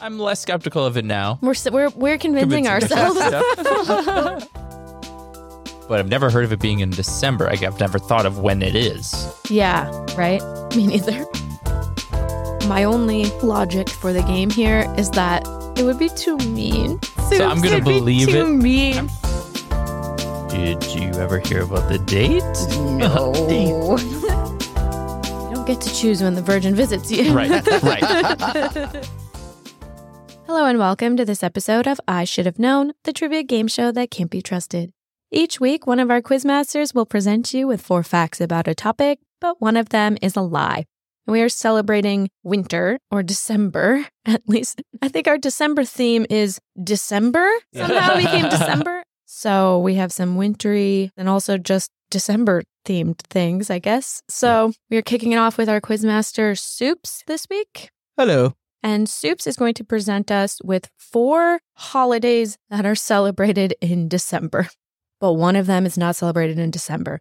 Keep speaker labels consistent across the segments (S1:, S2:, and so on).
S1: I'm less skeptical of it now.
S2: We're s- we're we're convincing,
S1: Convincing
S2: ourselves.
S1: myself. but I've never heard of it being in December. Like, I've never thought of when it is.
S2: yeah, right. Me neither. My only logic for the game here is that it would be too mean.
S1: So I'm gonna
S2: it'd be
S1: believe
S2: too
S1: it.
S2: mean.
S1: Did you ever hear about the date?
S2: No. you don't get to choose when the Virgin visits you.
S1: Right, right.
S2: Hello and welcome to this episode of I Should Have Known, the trivia game show that can't be trusted. Each week, one of our quizmasters will present you with four facts about a topic, but one of them is a lie. And we are celebrating winter or December, at least. I think our December theme is December.
S1: Yeah.
S2: Somehow became December. So we have some wintry and also just December themed things, I guess. So we are kicking it off with our quizmaster soups this week.
S1: Hello.
S2: And Soups is going to present us with four holidays that are celebrated in December, but one of them is not celebrated in December.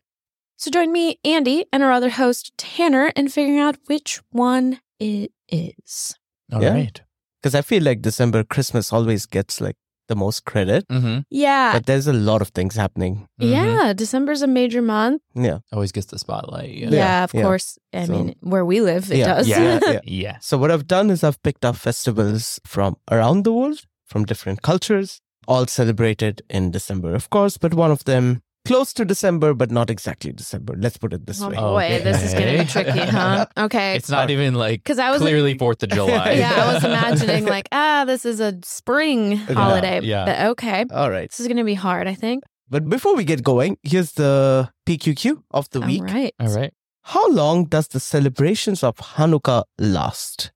S2: So join me, Andy, and our other host, Tanner, in figuring out which one it is.
S1: All
S3: Yeah.
S1: right.
S3: Because I feel like December, Christmas always gets like the most credit,
S1: Mm-hmm.
S2: Yeah.
S3: but there's a lot of things happening.
S2: Yeah. December's a major month.
S3: Yeah.
S1: Always gets the spotlight.
S2: Yeah,
S1: Yeah.
S2: of
S3: yeah.
S2: course. I
S3: So-
S2: mean, where we live, it
S3: yeah,
S2: does.
S3: Yeah, yeah.
S1: Yeah.
S3: So, what I've done is I've picked up festivals from around the world, from different cultures, all celebrated in December, of course, but one of them close to December, but not exactly December. Let's put it this
S2: oh,
S3: way.
S1: Oh,
S2: boy. This is going to
S1: okay.
S2: be tricky, huh? Okay.
S1: It's not even like
S2: Because I was
S1: clearly 4th of July.
S2: yeah, I was imagining like, ah, this is a spring holiday.
S1: yeah.
S2: But okay.
S3: All right.
S2: This is going to be hard, I think.
S3: But before we get going, here's the PQQ of the week.
S2: All right.
S1: All right.
S3: How long does the celebrations of Hanukkah last?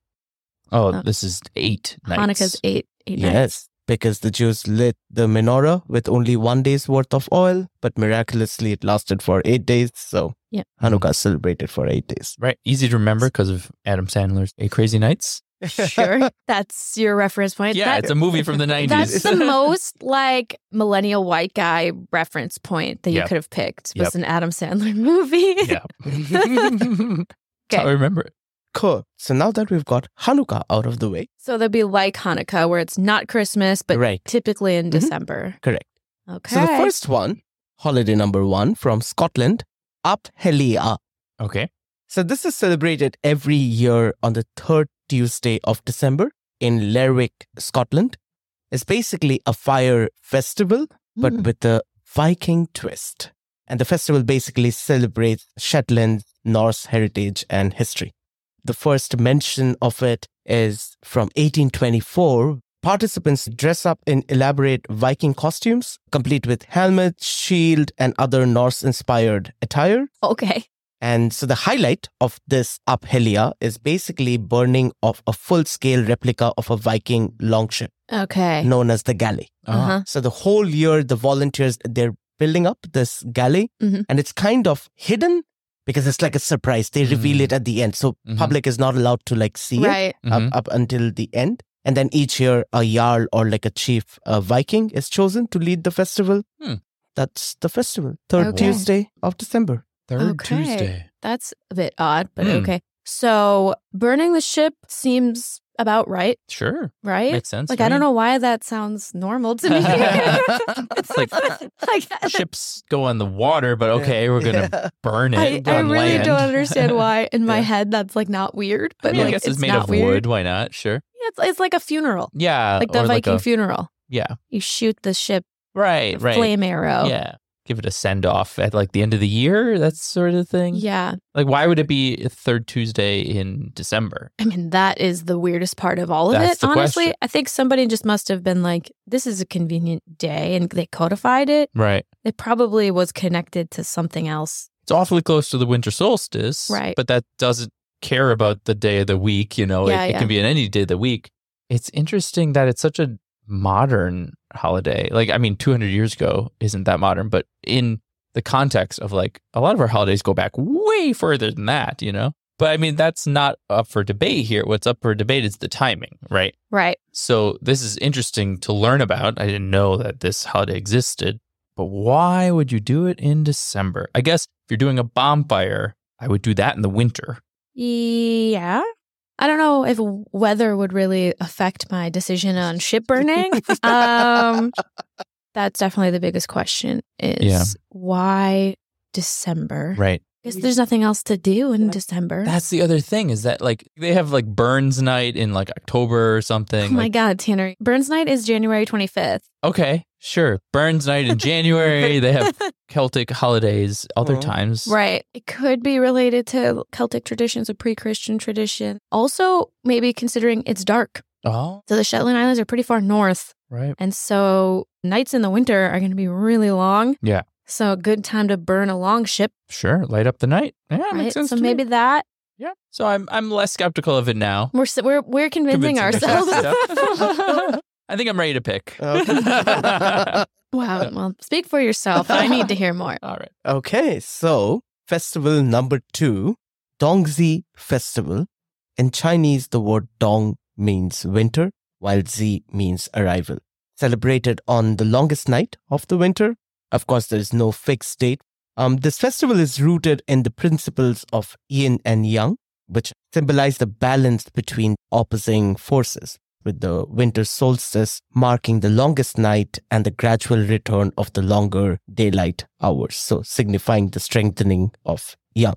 S1: Oh, this is eight nights.
S2: Uh, Hanukkah's eight, eight nights.
S3: Yes, because the Jews lit the menorah with only one day's worth of oil, but miraculously it lasted for eight days. So
S2: Yeah.
S3: Hanukkah is celebrated for eight days.
S1: Right. Easy to remember because of Adam Sandler's Eight Crazy Nights.
S2: Sure. That's your reference point.
S1: yeah,
S2: That-
S1: it's a movie from the 90s.
S2: that's the most like millennial white guy reference point that you
S1: Yep.
S2: could have picked
S1: Yep.
S2: was an Adam Sandler movie.
S1: yeah. That's how I remember it.
S3: Cool. So now that we've got Hanukkah out of the way,
S2: So that'd be like Hanukkah where it's not Christmas, but
S3: right.
S2: typically in
S3: Mhm.
S2: December.
S3: Correct.
S2: Okay.
S3: So the first one, holiday number one from Scotland, Aphelia.
S1: Okay.
S3: So this is celebrated every year on the third Tuesday of December in Lerwick, Scotland. It's basically a fire festival, but
S2: Mm.
S3: with a Viking twist. And the festival basically celebrates Shetland, Norse heritage, and history. The first mention of it is from 1824. Participants dress up in elaborate Viking costumes, complete with helmet, shield, and other Norse inspired attire.
S2: okay.
S3: And so the highlight of this Aphelia is basically burning of a full-scale replica of a Viking longship
S2: Okay.
S3: known as the galley.
S1: Ah,
S2: Uh-huh.
S3: So the whole year the volunteers they're building up this galley
S2: Mhm.
S3: and it's kind of hidden because it's like a surprise. They reveal
S1: Mm.
S3: it at the end. So
S1: Mhm.
S3: public is not allowed to like see it
S2: Right.
S1: mhm.
S3: up, up until the end. And then each year, a jarl or like a chief a Viking is chosen to lead the festival.
S1: Hmm.
S3: That's the festival, third
S2: Okay.
S3: Tuesday of December.
S1: Third
S2: Okay.
S1: Tuesday.
S2: That's a bit odd, but
S1: Hmm.
S3: Mm.
S2: okay. So burning the ship seems about right,
S1: Sure.
S2: right?
S1: Makes sense.
S2: Eh, Like
S1: to
S2: I don't
S1: me.
S2: know why that sounds normal to me.
S1: It's like-
S2: Like,
S1: Ships go on the water, but okay, we're going to burn it
S2: I, I
S1: on
S2: really
S1: land.
S2: don't understand why in my
S3: Yeah.
S2: head that's like not weird,
S1: I
S2: but
S1: mean, I
S2: like
S1: guess it's, made
S2: not
S1: of
S2: weird.
S1: wood. Why not? Sure.
S2: Yeah, it's, it's like a funeral,
S1: Yeah.
S2: like the
S1: or
S2: Viking
S1: a-
S2: funeral.
S1: Yeah.
S2: You shoot the ship,
S1: Right,
S2: the
S1: right.
S2: flame arrow.
S1: Yeah. Give it a send off at like the end of the year, that sort of thing.
S2: Yeah.
S1: Like, why would it be a third Tuesday in December?
S2: I mean, that is the weirdest part of all of
S1: That's
S2: it.
S1: the
S2: Honestly,
S1: question.
S2: I think somebody just must have been like, this is a convenient day and they codified it.
S1: Right.
S2: It probably was connected to something else.
S1: It's awfully close to the winter solstice.
S2: Right.
S1: But that doesn't care about the day of the week. You know,
S2: Yeah,
S1: it, it
S2: yeah.
S1: can be on any day of the week. It's interesting that it's such a modern holiday. Like, I mean, 200 years ago isn't that modern, but in the context of like a lot of our holidays go back way further than that, you know? But I mean, that's not up for debate here. What's up for debate is the timing, right?
S2: Right.
S1: So this is interesting to learn about. I didn't know that this holiday existed, but why would you do it in December? I guess if you're doing a bonfire, I would do that in the winter.
S2: Yeah. I don't know if weather would really affect my decision on ship burning. um, that's definitely the biggest question is
S1: Yeah.
S2: why December?
S1: Right.
S2: Because there's nothing else to do in
S3: Yeah.
S2: December.
S1: That's the other thing is that like they have like Burns night in like October or something.
S2: oh my
S1: Like,
S2: God, Tanner. Burns night is January 25th.
S1: Okay, sure. Burns night in January. they have Celtic holidays other
S3: Mhm.
S1: times.
S2: Mm-hmm. Right. It could be related to Celtic traditions, a pre Christian tradition. Also, maybe considering it's dark.
S1: Oh,
S2: So the Shetland Islands are pretty far north.
S1: right.
S2: And so nights in the winter are going to be really long.
S1: Yeah.
S2: So a good time to burn a long ship.
S1: Sure. Light up the night. Yeah,
S2: Right?
S1: makes sense.
S2: So
S1: to me.
S2: maybe that
S1: Yeah. So I'm I'm less skeptical of it now.
S2: we're, s- we're, we're convincing, ourselves.
S1: ourselves. I think I'm ready to pick.
S3: Okay.
S2: wow. Well, speak for yourself. I need to hear more.
S1: All right.
S3: Okay, so festival number two, Dongzi Festival. In Chinese, the word Dong means winter, while Zi means arrival. Celebrated on the longest night of the winter. Of course, there is no fixed date. Um, this festival is rooted in the principles of yin and yang, which symbolize the balance between opposing forces, with the winter solstice marking the longest night and the gradual return of the longer daylight hours, so signifying the strengthening of yang.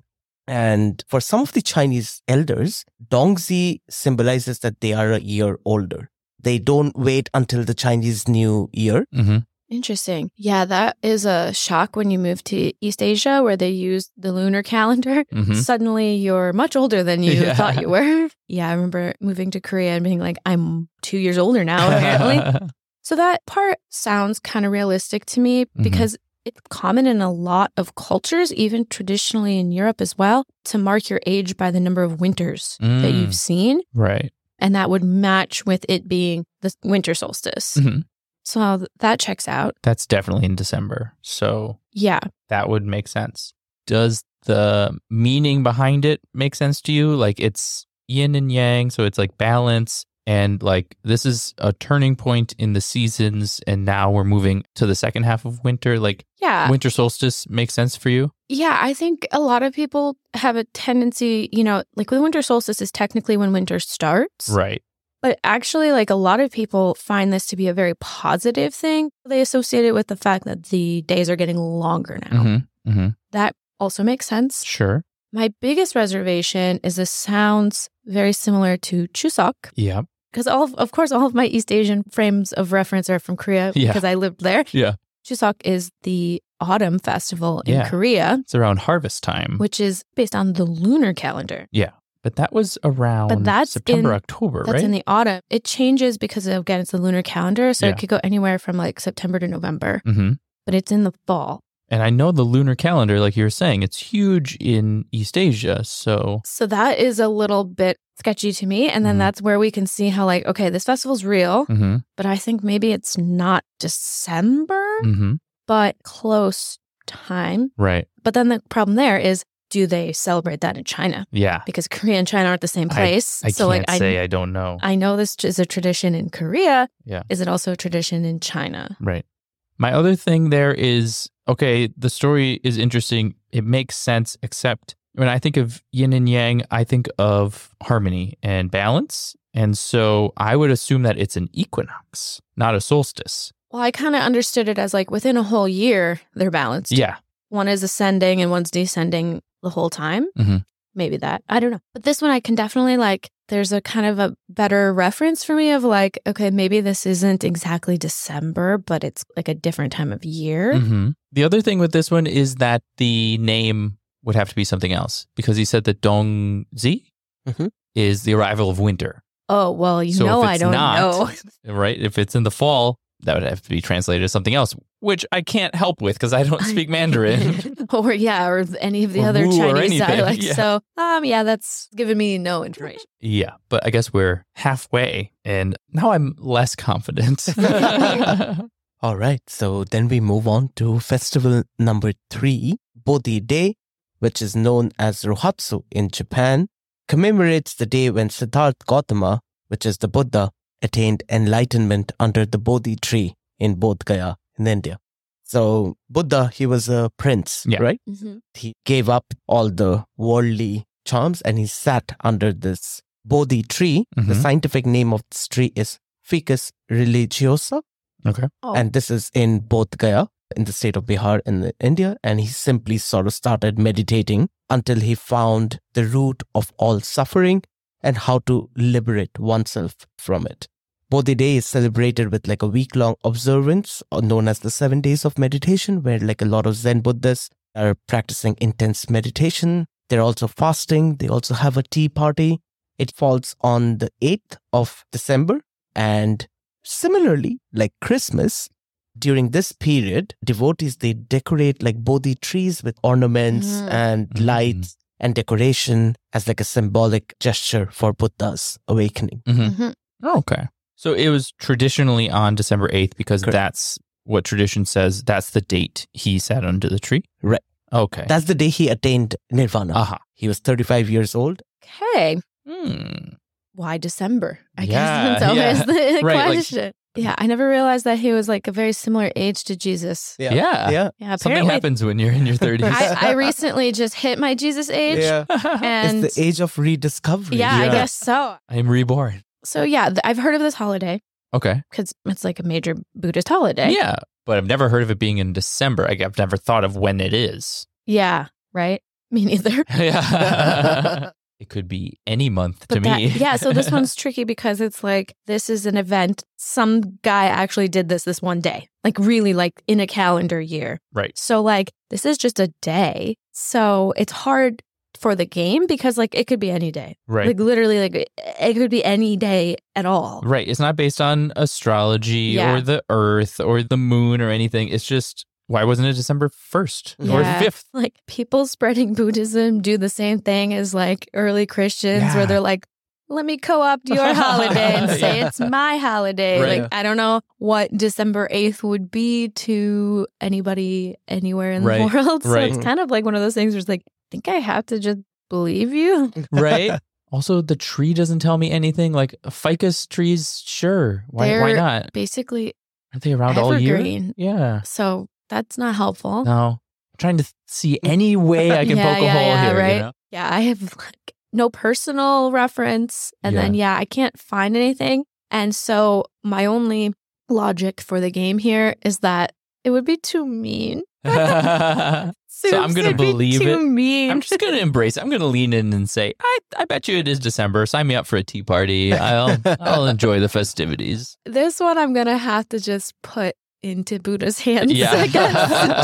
S3: And for some of the Chinese elders, Dongzi symbolizes that they are a year older. They don't wait until the Chinese New Year.
S1: Mm-hmm.
S2: Interesting. Yeah, that is a shock when you move to East Asia where they use the lunar calendar.
S1: Mm-hmm.
S2: Suddenly you're much older than you
S1: Yeah.
S2: thought you were. Yeah, I remember moving to Korea and being like, I'm two years older now, apparently. so that part sounds kind of realistic to me
S1: Mhm.
S2: because it's common in a lot of cultures, even traditionally in Europe as well, to mark your age by the number of winters that
S1: Mm.
S2: you've seen.
S1: right.
S2: And that would match with it being the winter solstice.
S1: Mhm.
S2: So th- that checks out.
S1: That's definitely in December. So
S2: Yeah.
S1: that would make sense. Does the meaning behind it make sense to you? Like it's yin and yang, so it's like balance. And like this is a turning point in the seasons, and now we're moving to the second half of winter. Like
S2: Yeah.
S1: winter solstice makes sense for you?
S2: Yeah, I think a lot of people have a tendency, you know, like the winter solstice is technically when winter starts.
S1: Right.
S2: But actually, like a lot of people find this to be a very positive thing. They associate it with the fact that the days are getting longer now.
S1: Mm-hmm. Mm-hmm.
S2: That also makes sense.
S1: Sure.
S2: My biggest reservation is this sounds very similar to Chuseok,
S1: Yeah.
S2: because all, of, of course, all of my East Asian frames of reference are from Korea
S1: Yeah.
S2: because I lived there.
S1: Yeah.
S2: Chuseok is the autumn festival in
S1: Yeah. Mm.
S2: Korea.
S1: It's around harvest time.
S2: which is based on the lunar calendar.
S1: but that was around
S2: that's
S1: September,
S2: in-
S1: October,
S2: That's
S1: right?
S2: in the autumn. It changes because again, it's the lunar calendar, so
S1: Yeah.
S2: it could go anywhere from like September to November,
S1: mm-hmm.
S2: but it's in the fall.
S1: And I know the lunar calendar, like you were saying, it's huge in East Asia. So
S2: So that is a little bit sketchy to me, and then
S1: Mhm.
S2: that's where we can see how like okay, this festival's real,
S1: mm-hmm.
S2: but I think maybe it's not December,
S1: Mm-hmm.
S2: but close time.
S1: right.
S2: But then the problem there is do they celebrate that in China?
S1: Yeah.
S2: Because Korea and China aren't the same
S1: I-
S2: place.
S1: I can't
S2: so like I
S1: say I, don't know.
S2: I know this is a tradition in Korea.
S1: Yeah.
S2: Is it also a tradition in China?
S1: right. My other thing there is okay, the story is interesting. It makes sense, except when I think of yin and yang, I think of harmony and balance. And so I would assume that it's an equinox, not a solstice.
S2: Well, I kind of understood it as like within a whole year, they're balanced.
S1: Yeah.
S2: One is ascending and one's descending the whole time.
S1: Mhm.
S2: Maybe that. I don't know. But this one, I can definitely like, there's a kind of a better reference for me of like, okay, maybe this isn't exactly December, but it's like a different time of year.
S3: Mm-hmm.
S1: hmm The other thing with this one is that the name would have to be something else because he said that Dongzi
S3: Mhm.
S1: is the arrival of winter,
S2: Oh, well, you
S1: So
S2: know,
S1: if
S2: I
S1: it's
S2: don't
S1: not-
S2: know.
S1: right? If it's in the fall, that would have to be translated as something else, which I can't help with because I don't speak Mandarin.
S2: or yeah, or any of the
S1: Or
S2: other
S1: Wu or
S2: Chinese
S1: anything,
S2: dialects.
S1: yeah.
S2: So um, yeah, that's given me no information.
S1: yeah, but I guess we're halfway and now I'm less confident.
S3: All right, so then we move on to festival number three, Bodhi Day, which is known as Rohatsu in Japan, commemorates the day when Siddhartha Gautama, which is the Buddha, attained enlightenment under the Bodhi tree in Bodh Gaya in India. So Buddha, he was a prince,
S1: Yeah.
S3: right?
S2: Mhm.
S3: He gave up all the worldly charms and he sat under this Bodhi tree. The
S1: Mhm.
S3: scientific name of this tree is Ficus religiosa.
S1: Okay.
S2: Oh.
S3: And this is in Bodh Gaya in the state of Bihar in the- India. And he simply sort of started meditating until he found the root of all suffering and how to liberate oneself from it. Bodhi Day is celebrated with like a week long observance or known as the seven days of meditation, where like a lot of Zen Buddhists are practicing intense meditation. They're also fasting. They also have a tea party. It falls on the 8th of December. And similarly, like Christmas, during this period, devotees they decorate like Bodhi trees with ornaments
S2: Mm.
S3: and
S1: Mm.
S3: lights and decoration as like a symbolic gesture for Buddha's awakening.
S1: Mm-hmm.
S2: Mhm.
S1: Okay. So it was traditionally on December 8th because
S3: Correct.
S1: that's what tradition says. That's the date he sat under the tree.
S3: Right.
S1: Okay.
S3: That's the day he attained nirvana.
S1: Aha.
S3: He was 35 years old.
S2: Okay.
S1: Hmm.
S2: Why December? I
S1: Yeah,
S2: guess that's always
S1: yeah.
S2: the
S1: Right, like- uh-huh.
S2: question. yeah, I never realized that he was like a very similar age to Jesus.
S1: Yeah.
S3: Yeah.
S2: Yeah,
S1: Something
S2: apparently.
S1: happens when you're in your 30s.
S2: I, I recently just hit my Jesus age. And
S3: it's the age of rediscovery.
S2: yeah, I
S1: Yeah.
S2: guess so.
S1: I'm reborn.
S2: So yeah, th- I've heard of this holiday
S1: Okay.
S2: because it's like a major Buddhist holiday.
S1: Yeah. But I've never heard of it being in December. I- I've never thought of when it is.
S2: Yeah, right? Me neither.
S1: Yeah. it could be any month to
S2: that-
S1: me.
S2: yeah, so this one's tricky because it's like this is an event. Some guy actually did this this one day, like really like in a calendar year.
S1: Right.
S2: So like this is just a day. So it's hard for the game because like it could be any day.
S1: Right.
S2: Like literally like it- it could be any day at all.
S1: Right. It's not based on astrology
S2: Yeah.
S1: or the earth or the moon or anything. It's just why wasn't it December 1st or
S2: Yeah.
S1: 5th?
S2: Like people spreading Buddhism do the same thing as like early Christians
S1: Yeah.
S2: where they're like let me co-opt your holiday and say
S1: Yeah.
S2: it's my holiday.
S1: Right.
S2: Like I don't know what December 8th would be to anybody anywhere in
S1: Right.
S2: the world. So
S1: Right.
S2: it's kind of like one of those things where it's like I think I have to just believe you.
S1: Mm. Right. also, the tree doesn't tell me anything. Like ficus trees, sure. Why, why
S2: They're
S1: not?
S2: Basically
S1: Aren't they around all year?
S2: evergreen.
S1: Yeah.
S2: So that's not helpful.
S1: No. I'm trying to th- see any way I can
S2: Oh. Yeah,
S1: poke a
S2: yeah,
S1: hole
S2: yeah,
S1: here.
S2: right.
S1: You know?
S2: Yeah, I have like no personal reference. And then, yeah, I can't find anything. And so, my only logic for the game here is that it would be too mean.
S1: So I'm gonna
S2: it'd be
S1: believe
S2: too
S1: it.
S2: mean.
S1: I'm just going to embrace it. I'm going to lean in and say, I, I bet you it is December. Sign me up for a tea party. I'll, I'll enjoy the festivities.
S2: this one I'm going to have to just put into Buddha's hands. I guess.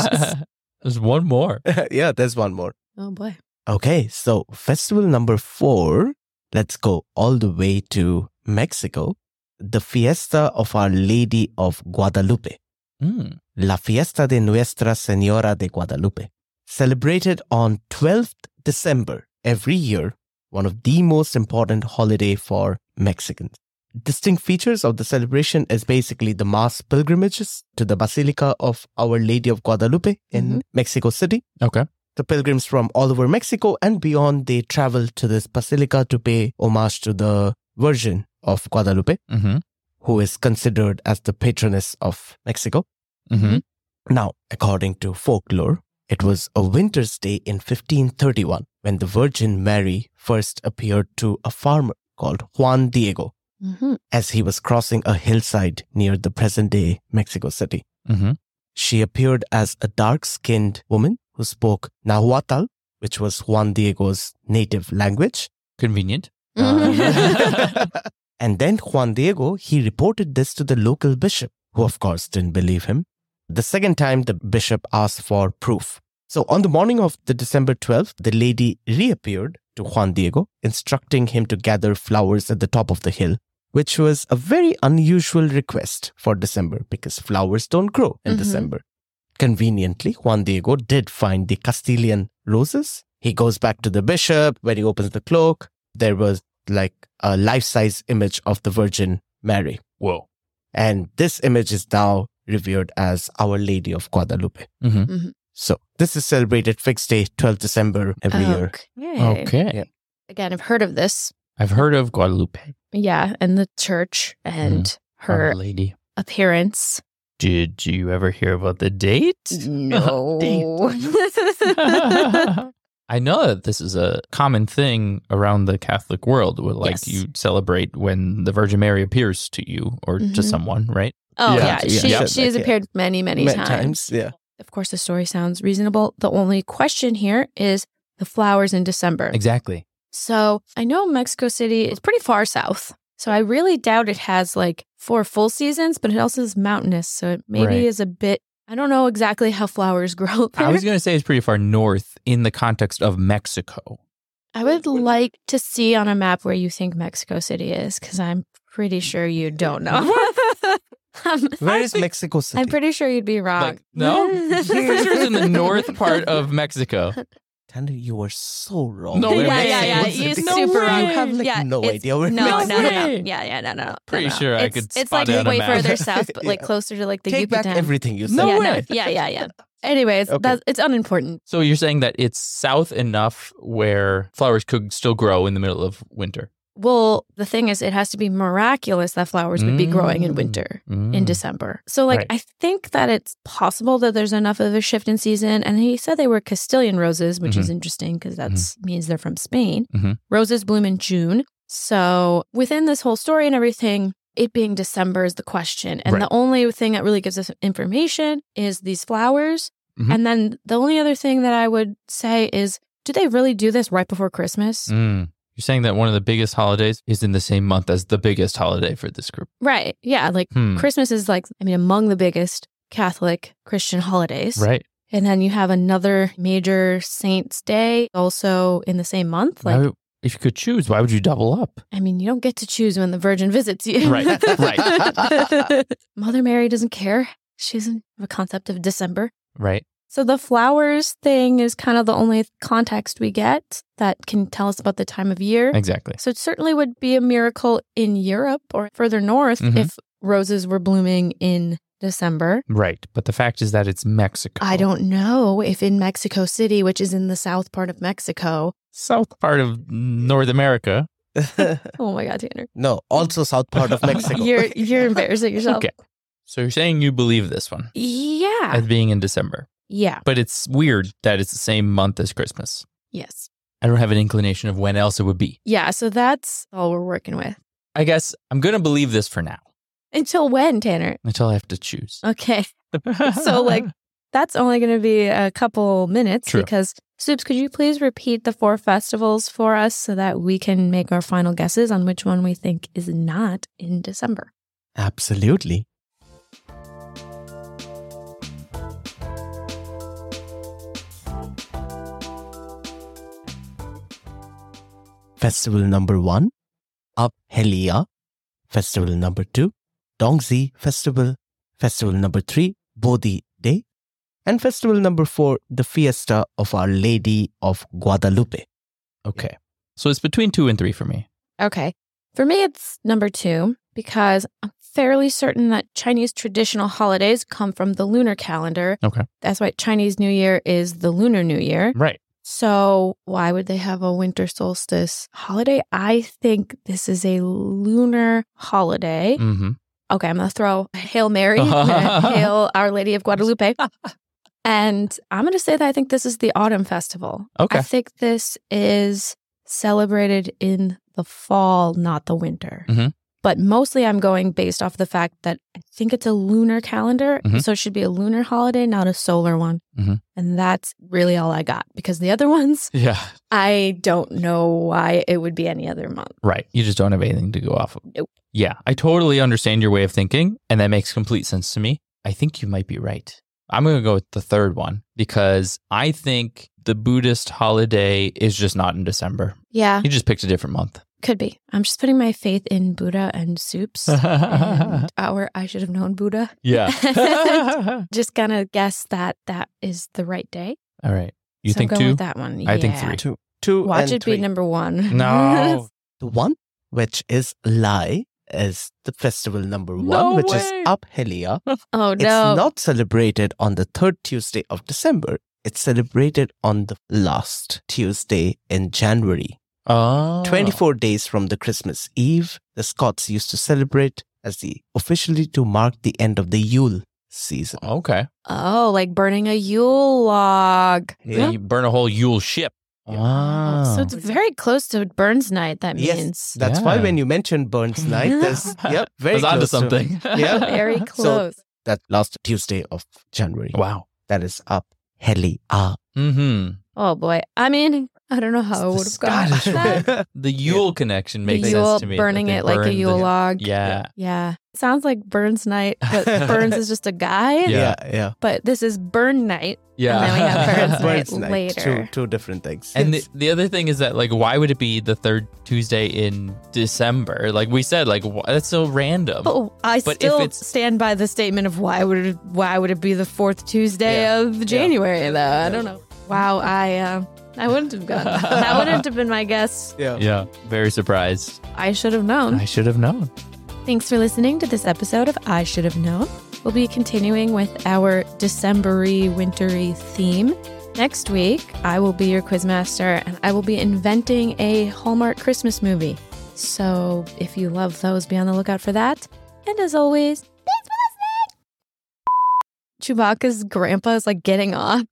S2: Just-
S1: Yeah. There's one more.
S3: yeah, there's one more.
S2: oh, boy.
S3: Okay, so festival number four, let's go all the way to Mexico. The Fiesta of Our Lady of Guadalupe.
S1: Mm.
S3: La Fiesta de Nuestra Señora de Guadalupe, celebrated on 12th December every year, one of the most important holiday for Mexicans. Distinct features of the celebration is basically the mass pilgrimages to the Basilica of Our Lady of Guadalupe in
S2: Mhm.
S3: Mexico City.
S1: Okay.
S3: The pilgrims from all over Mexico and beyond they travel to this basilica to pay homage to the Virgin of Guadalupe,
S1: hmm
S3: who is considered as the patroness of Mexico.
S1: hmm
S2: Mm-hmm.
S3: Now, according to folklore, it was a winter's day in 1531 when the Virgin Mary first appeared to a farmer called Juan Diego
S1: Uh,
S2: Mhm.
S3: as he was crossing a hillside near the present day Mexico City.
S1: hmm
S3: She appeared as a dark skinned woman who spoke Nahuatl, which was Juan Diego's native language.
S1: Convenient.
S2: Mm-hmm.
S3: Uh, and then Juan Diego, he reported this to the local bishop, who of course didn't believe him. The second time, the bishop asked for proof. So on the morning of the December 12th, the lady reappeared to Juan Diego, instructing him to gather flowers at the top of the hill, which was a very unusual request for December because flowers don't grow in
S2: Mhm.
S3: December. Conveniently, Juan Diego did find the Castilian roses. He goes back to the bishop when he opens the cloak. There was like a life size image of the Virgin Mary.
S1: Whoa.
S3: And this image is now revered as Our Lady of Guadalupe.
S1: Mhm.
S2: Mhm.
S3: So this is celebrated fixed day, 12th December every year.
S2: Okay.
S1: Okay.
S3: Yeah.
S2: Again, I've heard of this.
S1: I've heard of Guadalupe.
S2: Yeah. And the church and
S1: Mm,
S2: her
S1: Our lady.
S2: appearance.
S1: Did you ever hear about the date?
S2: No.
S1: Date. I know that this is a common thing around the Catholic world where, like,
S2: Yes.
S1: you celebrate when the Virgin Mary appears to you or to
S2: Mhm.
S1: someone, right?
S2: Oh yeah,
S3: Yeah,
S2: she
S1: yeah.
S2: she has
S3: Yeah.
S2: appeared many many,
S3: Many
S2: times.
S3: times, yeah.
S2: Of course, the story sounds reasonable. The only question here is the flowers in December.
S1: Exactly.
S2: So I know Mexico City is pretty far south. So I really doubt it has like four full seasons, but it also is mountainous. So it maybe
S1: Right.
S2: is a bit, I don't know exactly how flowers grow there.
S1: I was going to say it's pretty far north in the context of Mexico.
S2: I would like to see on a map where you think Mexico City is, because I'm pretty sure you don't know. Um,
S3: Where
S1: I
S3: is
S1: think-
S3: Mexico City?
S2: I'm pretty sure you'd be wrong.
S1: Like, no, I'm pretty sure it's in the north part of Mexico.
S3: Tanner, you were so wrong.
S1: No,
S2: yeah,
S1: where
S2: yeah, yeah,
S1: Mexico
S2: yeah.
S1: City
S2: You're
S1: is.
S3: No
S2: super
S3: way.
S2: wrong.
S3: You have, like,
S2: yeah,
S3: no
S2: it's-
S3: idea where
S2: no, no,
S1: Mexico
S2: no, no.
S1: City-
S2: Yeah, yeah, no, no. no,
S1: Pretty
S2: no.
S1: sure I
S2: it's,
S1: could
S2: It's
S1: spot
S2: like
S1: it on a
S2: way
S1: map.
S2: further south, but like
S3: Yeah.
S2: closer to like the
S3: Take back
S2: Yucatan.
S3: everything you said.
S1: No
S2: yeah,
S1: way.
S2: yeah, yeah, yeah. Anyways,
S3: Okay.
S2: that's, it's unimportant.
S1: So you're saying that it's south enough where flowers could still grow in the middle of winter.
S2: Well, the thing is, it has to be miraculous that flowers would be growing in
S1: Mm.
S2: winter. In
S1: Mm.
S2: December. So, like,
S1: Right.
S2: I think that it's possible that there's enough of a shift in season. And he said they were Castilian roses, which
S1: Mm-hmm.
S2: is interesting because that means they're from Spain.
S1: Mhm.
S2: Roses bloom in June. So, within this whole story and everything, it being December is the question. And
S1: Right.
S2: the only thing that really gives us information is these flowers.
S1: Mhm.
S2: And then the only other thing that I would say is do they really do this right before Christmas?
S1: Mm. You're saying that one of the biggest holidays is in the same month as the biggest holiday for this group.
S2: Right. Yeah. Like,
S1: Hmm.
S2: Christmas is like, I mean, among the biggest Catholic Christian holidays.
S1: Right.
S2: And then you have another major Saints Day also in the same month. Like,
S1: Why- if you could choose, why would you double up?
S2: I mean, you don't get to choose when the Virgin visits you.
S1: Right,
S3: right.
S2: Mother Mary doesn't care. She doesn't have a concept of December.
S1: Right.
S2: So the flowers thing is kind of the only context we get that can tell us about the time of year.
S1: Exactly.
S2: So it certainly would be a miracle in Europe or further north
S1: Mhm.
S2: if roses were blooming in December.
S1: Right. But the fact is that it's Mexico.
S2: I don't know if in Mexico City, which is in the south part of Mexico.
S1: South part of North America.
S2: Oh my God, Tanner.
S3: no, also south part of Mexico.
S2: You're you're embarrassing yourself.
S1: Okay. So you're saying you believe this one
S2: Yeah.
S1: as being in December.
S2: Yeah.
S1: But it's weird that it's the same month as Christmas.
S2: Yes.
S1: I don't have an inclination of when else it would be.
S2: Yeah. So that's all we're working with.
S1: I guess I'm going to believe this for now
S2: Until when, Tanner?
S1: until I have to choose.
S2: Okay. So, like, That's only going to be a couple minutes
S1: True.
S2: because Soups, could you please repeat the four festivals for us so that we can make our final guesses on which one we think is not in December?
S3: Absolutely. Festival number one, Abhelia. Festival number two, Dongzi Festival. Festival number three, Bodhi Day. And festival number four, the Fiesta of Our Lady of Guadalupe.
S1: okay. So it's between two and three for me.
S2: Okay. For me, it's number two because I'm fairly certain that Chinese traditional holidays come from the lunar calendar.
S1: Okay.
S2: That's why Chinese New Year is the Lunar New Year.
S1: Right.
S2: So, why would they have a winter solstice holiday? I think this is a lunar holiday.
S1: Mm-hmm.
S2: Okay, I'm going to throw Hail Mary, I'm gonna Hail Our Lady of Guadalupe. And I'm going to say that I think this is the autumn festival.
S1: Okay.
S2: I think this is celebrated in the fall, not the winter.
S1: Mhm.
S2: But mostly I'm going based off the fact that I think it's a lunar calendar.
S1: Mhm.
S2: So it should be a lunar holiday, not a solar one.
S1: Mhm.
S2: And that's really all I got because the other ones,
S1: Yeah.
S2: I don't know why it would be any other month.
S1: Right. You just don't have anything to go off of.
S2: Nope.
S1: Yeah. I totally understand your way of thinking, and that makes complete sense to me. I think you might be right. I'm going to go with the third one because I think the Buddhist holiday is just not in December.
S2: Yeah,
S1: You just picked a different month.
S2: could be. I'm just putting my faith in Buddha and soups. and our I should have known Buddha.
S1: yeah.
S2: Just gonna guess that that is the right day.
S1: All right. You
S2: So I'm
S1: think
S2: going
S1: two?
S2: with that one.
S1: I think
S2: Yeah.
S1: three.
S3: Two. Two
S2: Watch
S3: and
S2: it
S3: three.
S2: be number one.
S1: No.
S3: The one which is Lai is the festival number one,
S1: No
S3: which is
S1: way.
S3: Abhelia.
S2: oh no.
S3: It's not celebrated on the third Tuesday of December. It's celebrated on the last Tuesday in January.
S1: Oh.
S3: 24 days from the Christmas Eve, the Scots used to celebrate as the officially to mark the end of the Yule season.
S1: Okay.
S2: oh, like burning a Yule log.
S1: You burn a whole Yule ship Ah.
S2: So it's very close to Burns Night, that
S3: Yes.
S2: means.
S3: That's why
S1: Yeah.
S3: when you mentioned Burns Night, there's yep,
S1: I
S3: very
S1: was onto
S3: close to it.
S1: something.
S3: Yeah.
S2: Very close.
S3: that last Tuesday of January.
S1: wow.
S3: That is up. Heli ah. up.
S1: Mm-hmm.
S2: oh boy. I mean, I don't know how I would have gotten
S1: Scottish
S2: that.
S1: way. The Yule connection
S2: The
S1: makes
S2: Yule
S1: sense to me. that
S2: burning
S1: they
S2: it like a
S1: burned
S2: Yule
S1: the,
S2: log.
S1: Yeah.
S2: Yeah. Sounds like Burns Night, but Burns is just a guy.
S1: Yeah.
S3: Yeah, yeah.
S2: But this is Burn Night.
S1: Yeah.
S2: And then we have Burns Night. later.
S3: Two, two different things.
S1: And the,
S3: Yes.
S1: the other thing is that, like, why would it be the third Tuesday in December? Like we said, like, wh- that's so random.
S2: But I
S1: But if
S2: still
S1: it's-
S2: stand by the statement of why would it, why would it be the fourth Tuesday
S3: Yeah.
S2: of January though? I don't know. Wow, I uh, I wouldn't have gotten that. that wouldn't have been my guess.
S3: yeah.
S1: Yeah. Very surprised.
S2: I should have known.
S1: I should have known.
S2: Thanks for listening to this episode of I Should Have Known. We'll be continuing with our Decembery wintery theme. Next week, I will be your quizmaster and I will be inventing a Hallmark Christmas movie. So if you love those, be on the lookout for that. And as always, thanks for listening. Chewbacca's grandpa is like getting off.